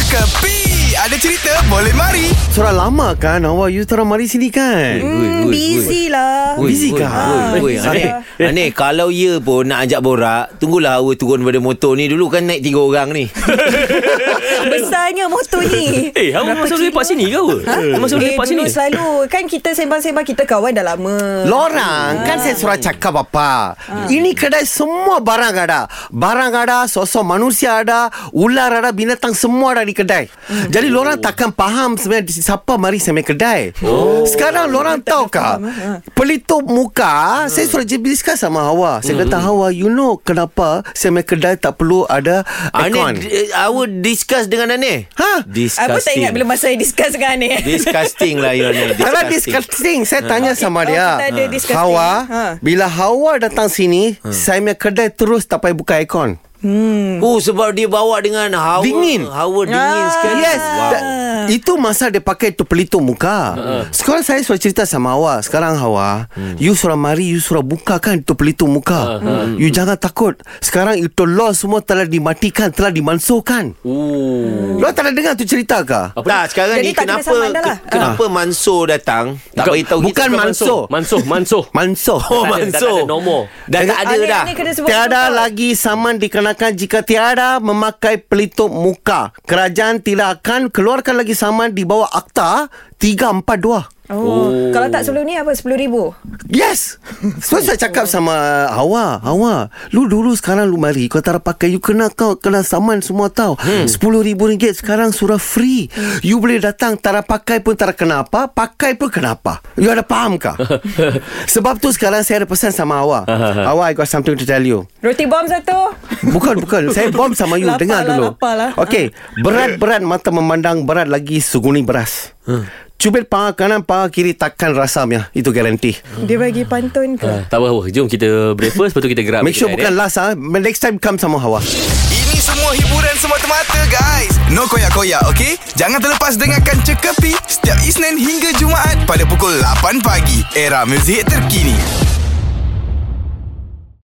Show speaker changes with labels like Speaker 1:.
Speaker 1: Kepi Ada cerita boleh mari
Speaker 2: Seorang lama kan Awak you seorang mari sini kan
Speaker 3: Hmm, busy lah.
Speaker 2: Ui. Busy kah?
Speaker 4: Woi,
Speaker 2: Ah,
Speaker 4: aneh. Aneh, kalau ya pun nak ajak borak, tunggulah awak turun daripada motor ni. Dulu kan naik tiga orang ni.
Speaker 3: Besarnya motor ni.
Speaker 5: Eh, awak
Speaker 3: Berapa
Speaker 5: memang selalu
Speaker 3: kilo?
Speaker 5: lepak sini ke awak?
Speaker 3: Ha?
Speaker 5: Memang selalu
Speaker 3: Eh,
Speaker 5: lepak
Speaker 3: dulu
Speaker 5: sini?
Speaker 3: selalu. Kan kita sembang-sembang, kita kawan dah lama.
Speaker 2: Lorang kan saya surat cakap apa Ini kedai semua barang ada Barang ada Sosok manusia ada Ular ada Binatang semua ada di kedai Jadi lorang takkan faham Sebenarnya siapa mari saya main kedai Sekarang lorang tahu kah Pelitup muka Saya surat discuss sama Hawa Saya kata Hawa You know kenapa Saya main kedai tak perlu ada
Speaker 4: Aneh,
Speaker 2: Aircon
Speaker 4: d- eh, awak discuss dengan Aneh?
Speaker 2: Ha?
Speaker 4: Disgusting.
Speaker 3: Apa tak ingat bila masa saya discuss kan dengan Ani?
Speaker 4: Disgusting lah, you Aneh.
Speaker 2: Kalau disgusting Saya tanya sama
Speaker 3: Oh,
Speaker 2: dia
Speaker 3: kita ada disgusting.
Speaker 2: Hawa
Speaker 3: Ha.
Speaker 2: Bila Hawa datang sini Saya punya kedai terus Tak payah buka aircon
Speaker 4: Oh, sebab dia bawa dengan hawa.
Speaker 2: Dingin.
Speaker 4: Hawa dingin
Speaker 3: Ah.
Speaker 4: sekali.
Speaker 2: Yes
Speaker 4: Wow.
Speaker 2: da- Itu masa dia pakai tu pelitup muka
Speaker 3: Ha.
Speaker 2: Sekarang saya suruh cerita sama Hawa Sekarang Hawa
Speaker 3: Hmm.
Speaker 2: You suruh mari You suruh buka kan Itu pelitup
Speaker 3: Ah,
Speaker 2: muka
Speaker 3: ha.
Speaker 2: Hmm. You jangan takut Sekarang itu law semua Telah dimatikan Telah dimansuhkan
Speaker 5: Oh.
Speaker 2: Lo tak ada dengar tu cerita ke?
Speaker 4: Apa tak, sekarang
Speaker 3: Jadi
Speaker 4: ni
Speaker 3: tak kena
Speaker 4: kenapa
Speaker 3: saman dah lah.
Speaker 4: ke- kenapa Mansur datang? Tak
Speaker 5: Ah. Bukan-
Speaker 4: beritahu
Speaker 2: bukan Mansur.
Speaker 5: Mansuh, Mansuh.
Speaker 2: Mansoh
Speaker 4: Oh,
Speaker 5: Tak ada, tak
Speaker 4: Mansur.
Speaker 5: ada nombor.
Speaker 4: Dah tak ada
Speaker 3: Ani-
Speaker 4: dah.
Speaker 3: Ani kena sebut
Speaker 2: Tiada
Speaker 3: betul.
Speaker 2: lagi saman dikenakan jika tiada memakai pelitup muka. Kerajaan tidak akan keluarkan lagi saman di bawah Akta 342.
Speaker 3: Oh. Kalau tak sebelum ni apa? RM10,000?
Speaker 2: Yes Sebab saya cakap sama Hawa Hawa Lu dulu sekarang lu mari Kau tak ada pakai You kena kau Kena saman semua tau
Speaker 3: Hmm.
Speaker 2: RM10,000 sekarang surah free You boleh datang Tak ada pakai pun tak ada kenapa Pakai pun kenapa You ada faham kah? Sebab tu sekarang saya ada pesan sama Hawa
Speaker 3: Ha,
Speaker 2: Hawa I got something to tell you
Speaker 3: Roti bom satu?
Speaker 2: Bukan bukan Saya bom sama you
Speaker 3: Lapar
Speaker 2: Dengar
Speaker 3: lah,
Speaker 2: dulu
Speaker 3: lapar lah.
Speaker 2: Okey Berat-berat mata memandang Berat lagi suguni beras
Speaker 3: Ha.
Speaker 2: Cubit paha kanan Paha kiri takkan rasamnya Itu garanti
Speaker 3: Dia bagi pantun ke?
Speaker 5: Ah, tak apa, apa. Jom kita breakfast, lepas tu kita gerak.
Speaker 2: Make sure bukan
Speaker 5: bergerak, eh.
Speaker 2: last ah. Next time come sama Hawa
Speaker 1: Ini semua hiburan semata-mata guys No koyak-koyak ok Jangan terlepas dengarkan Cekapi Setiap Isnin hingga Jumaat Pada pukul 8 pagi Era muzik terkini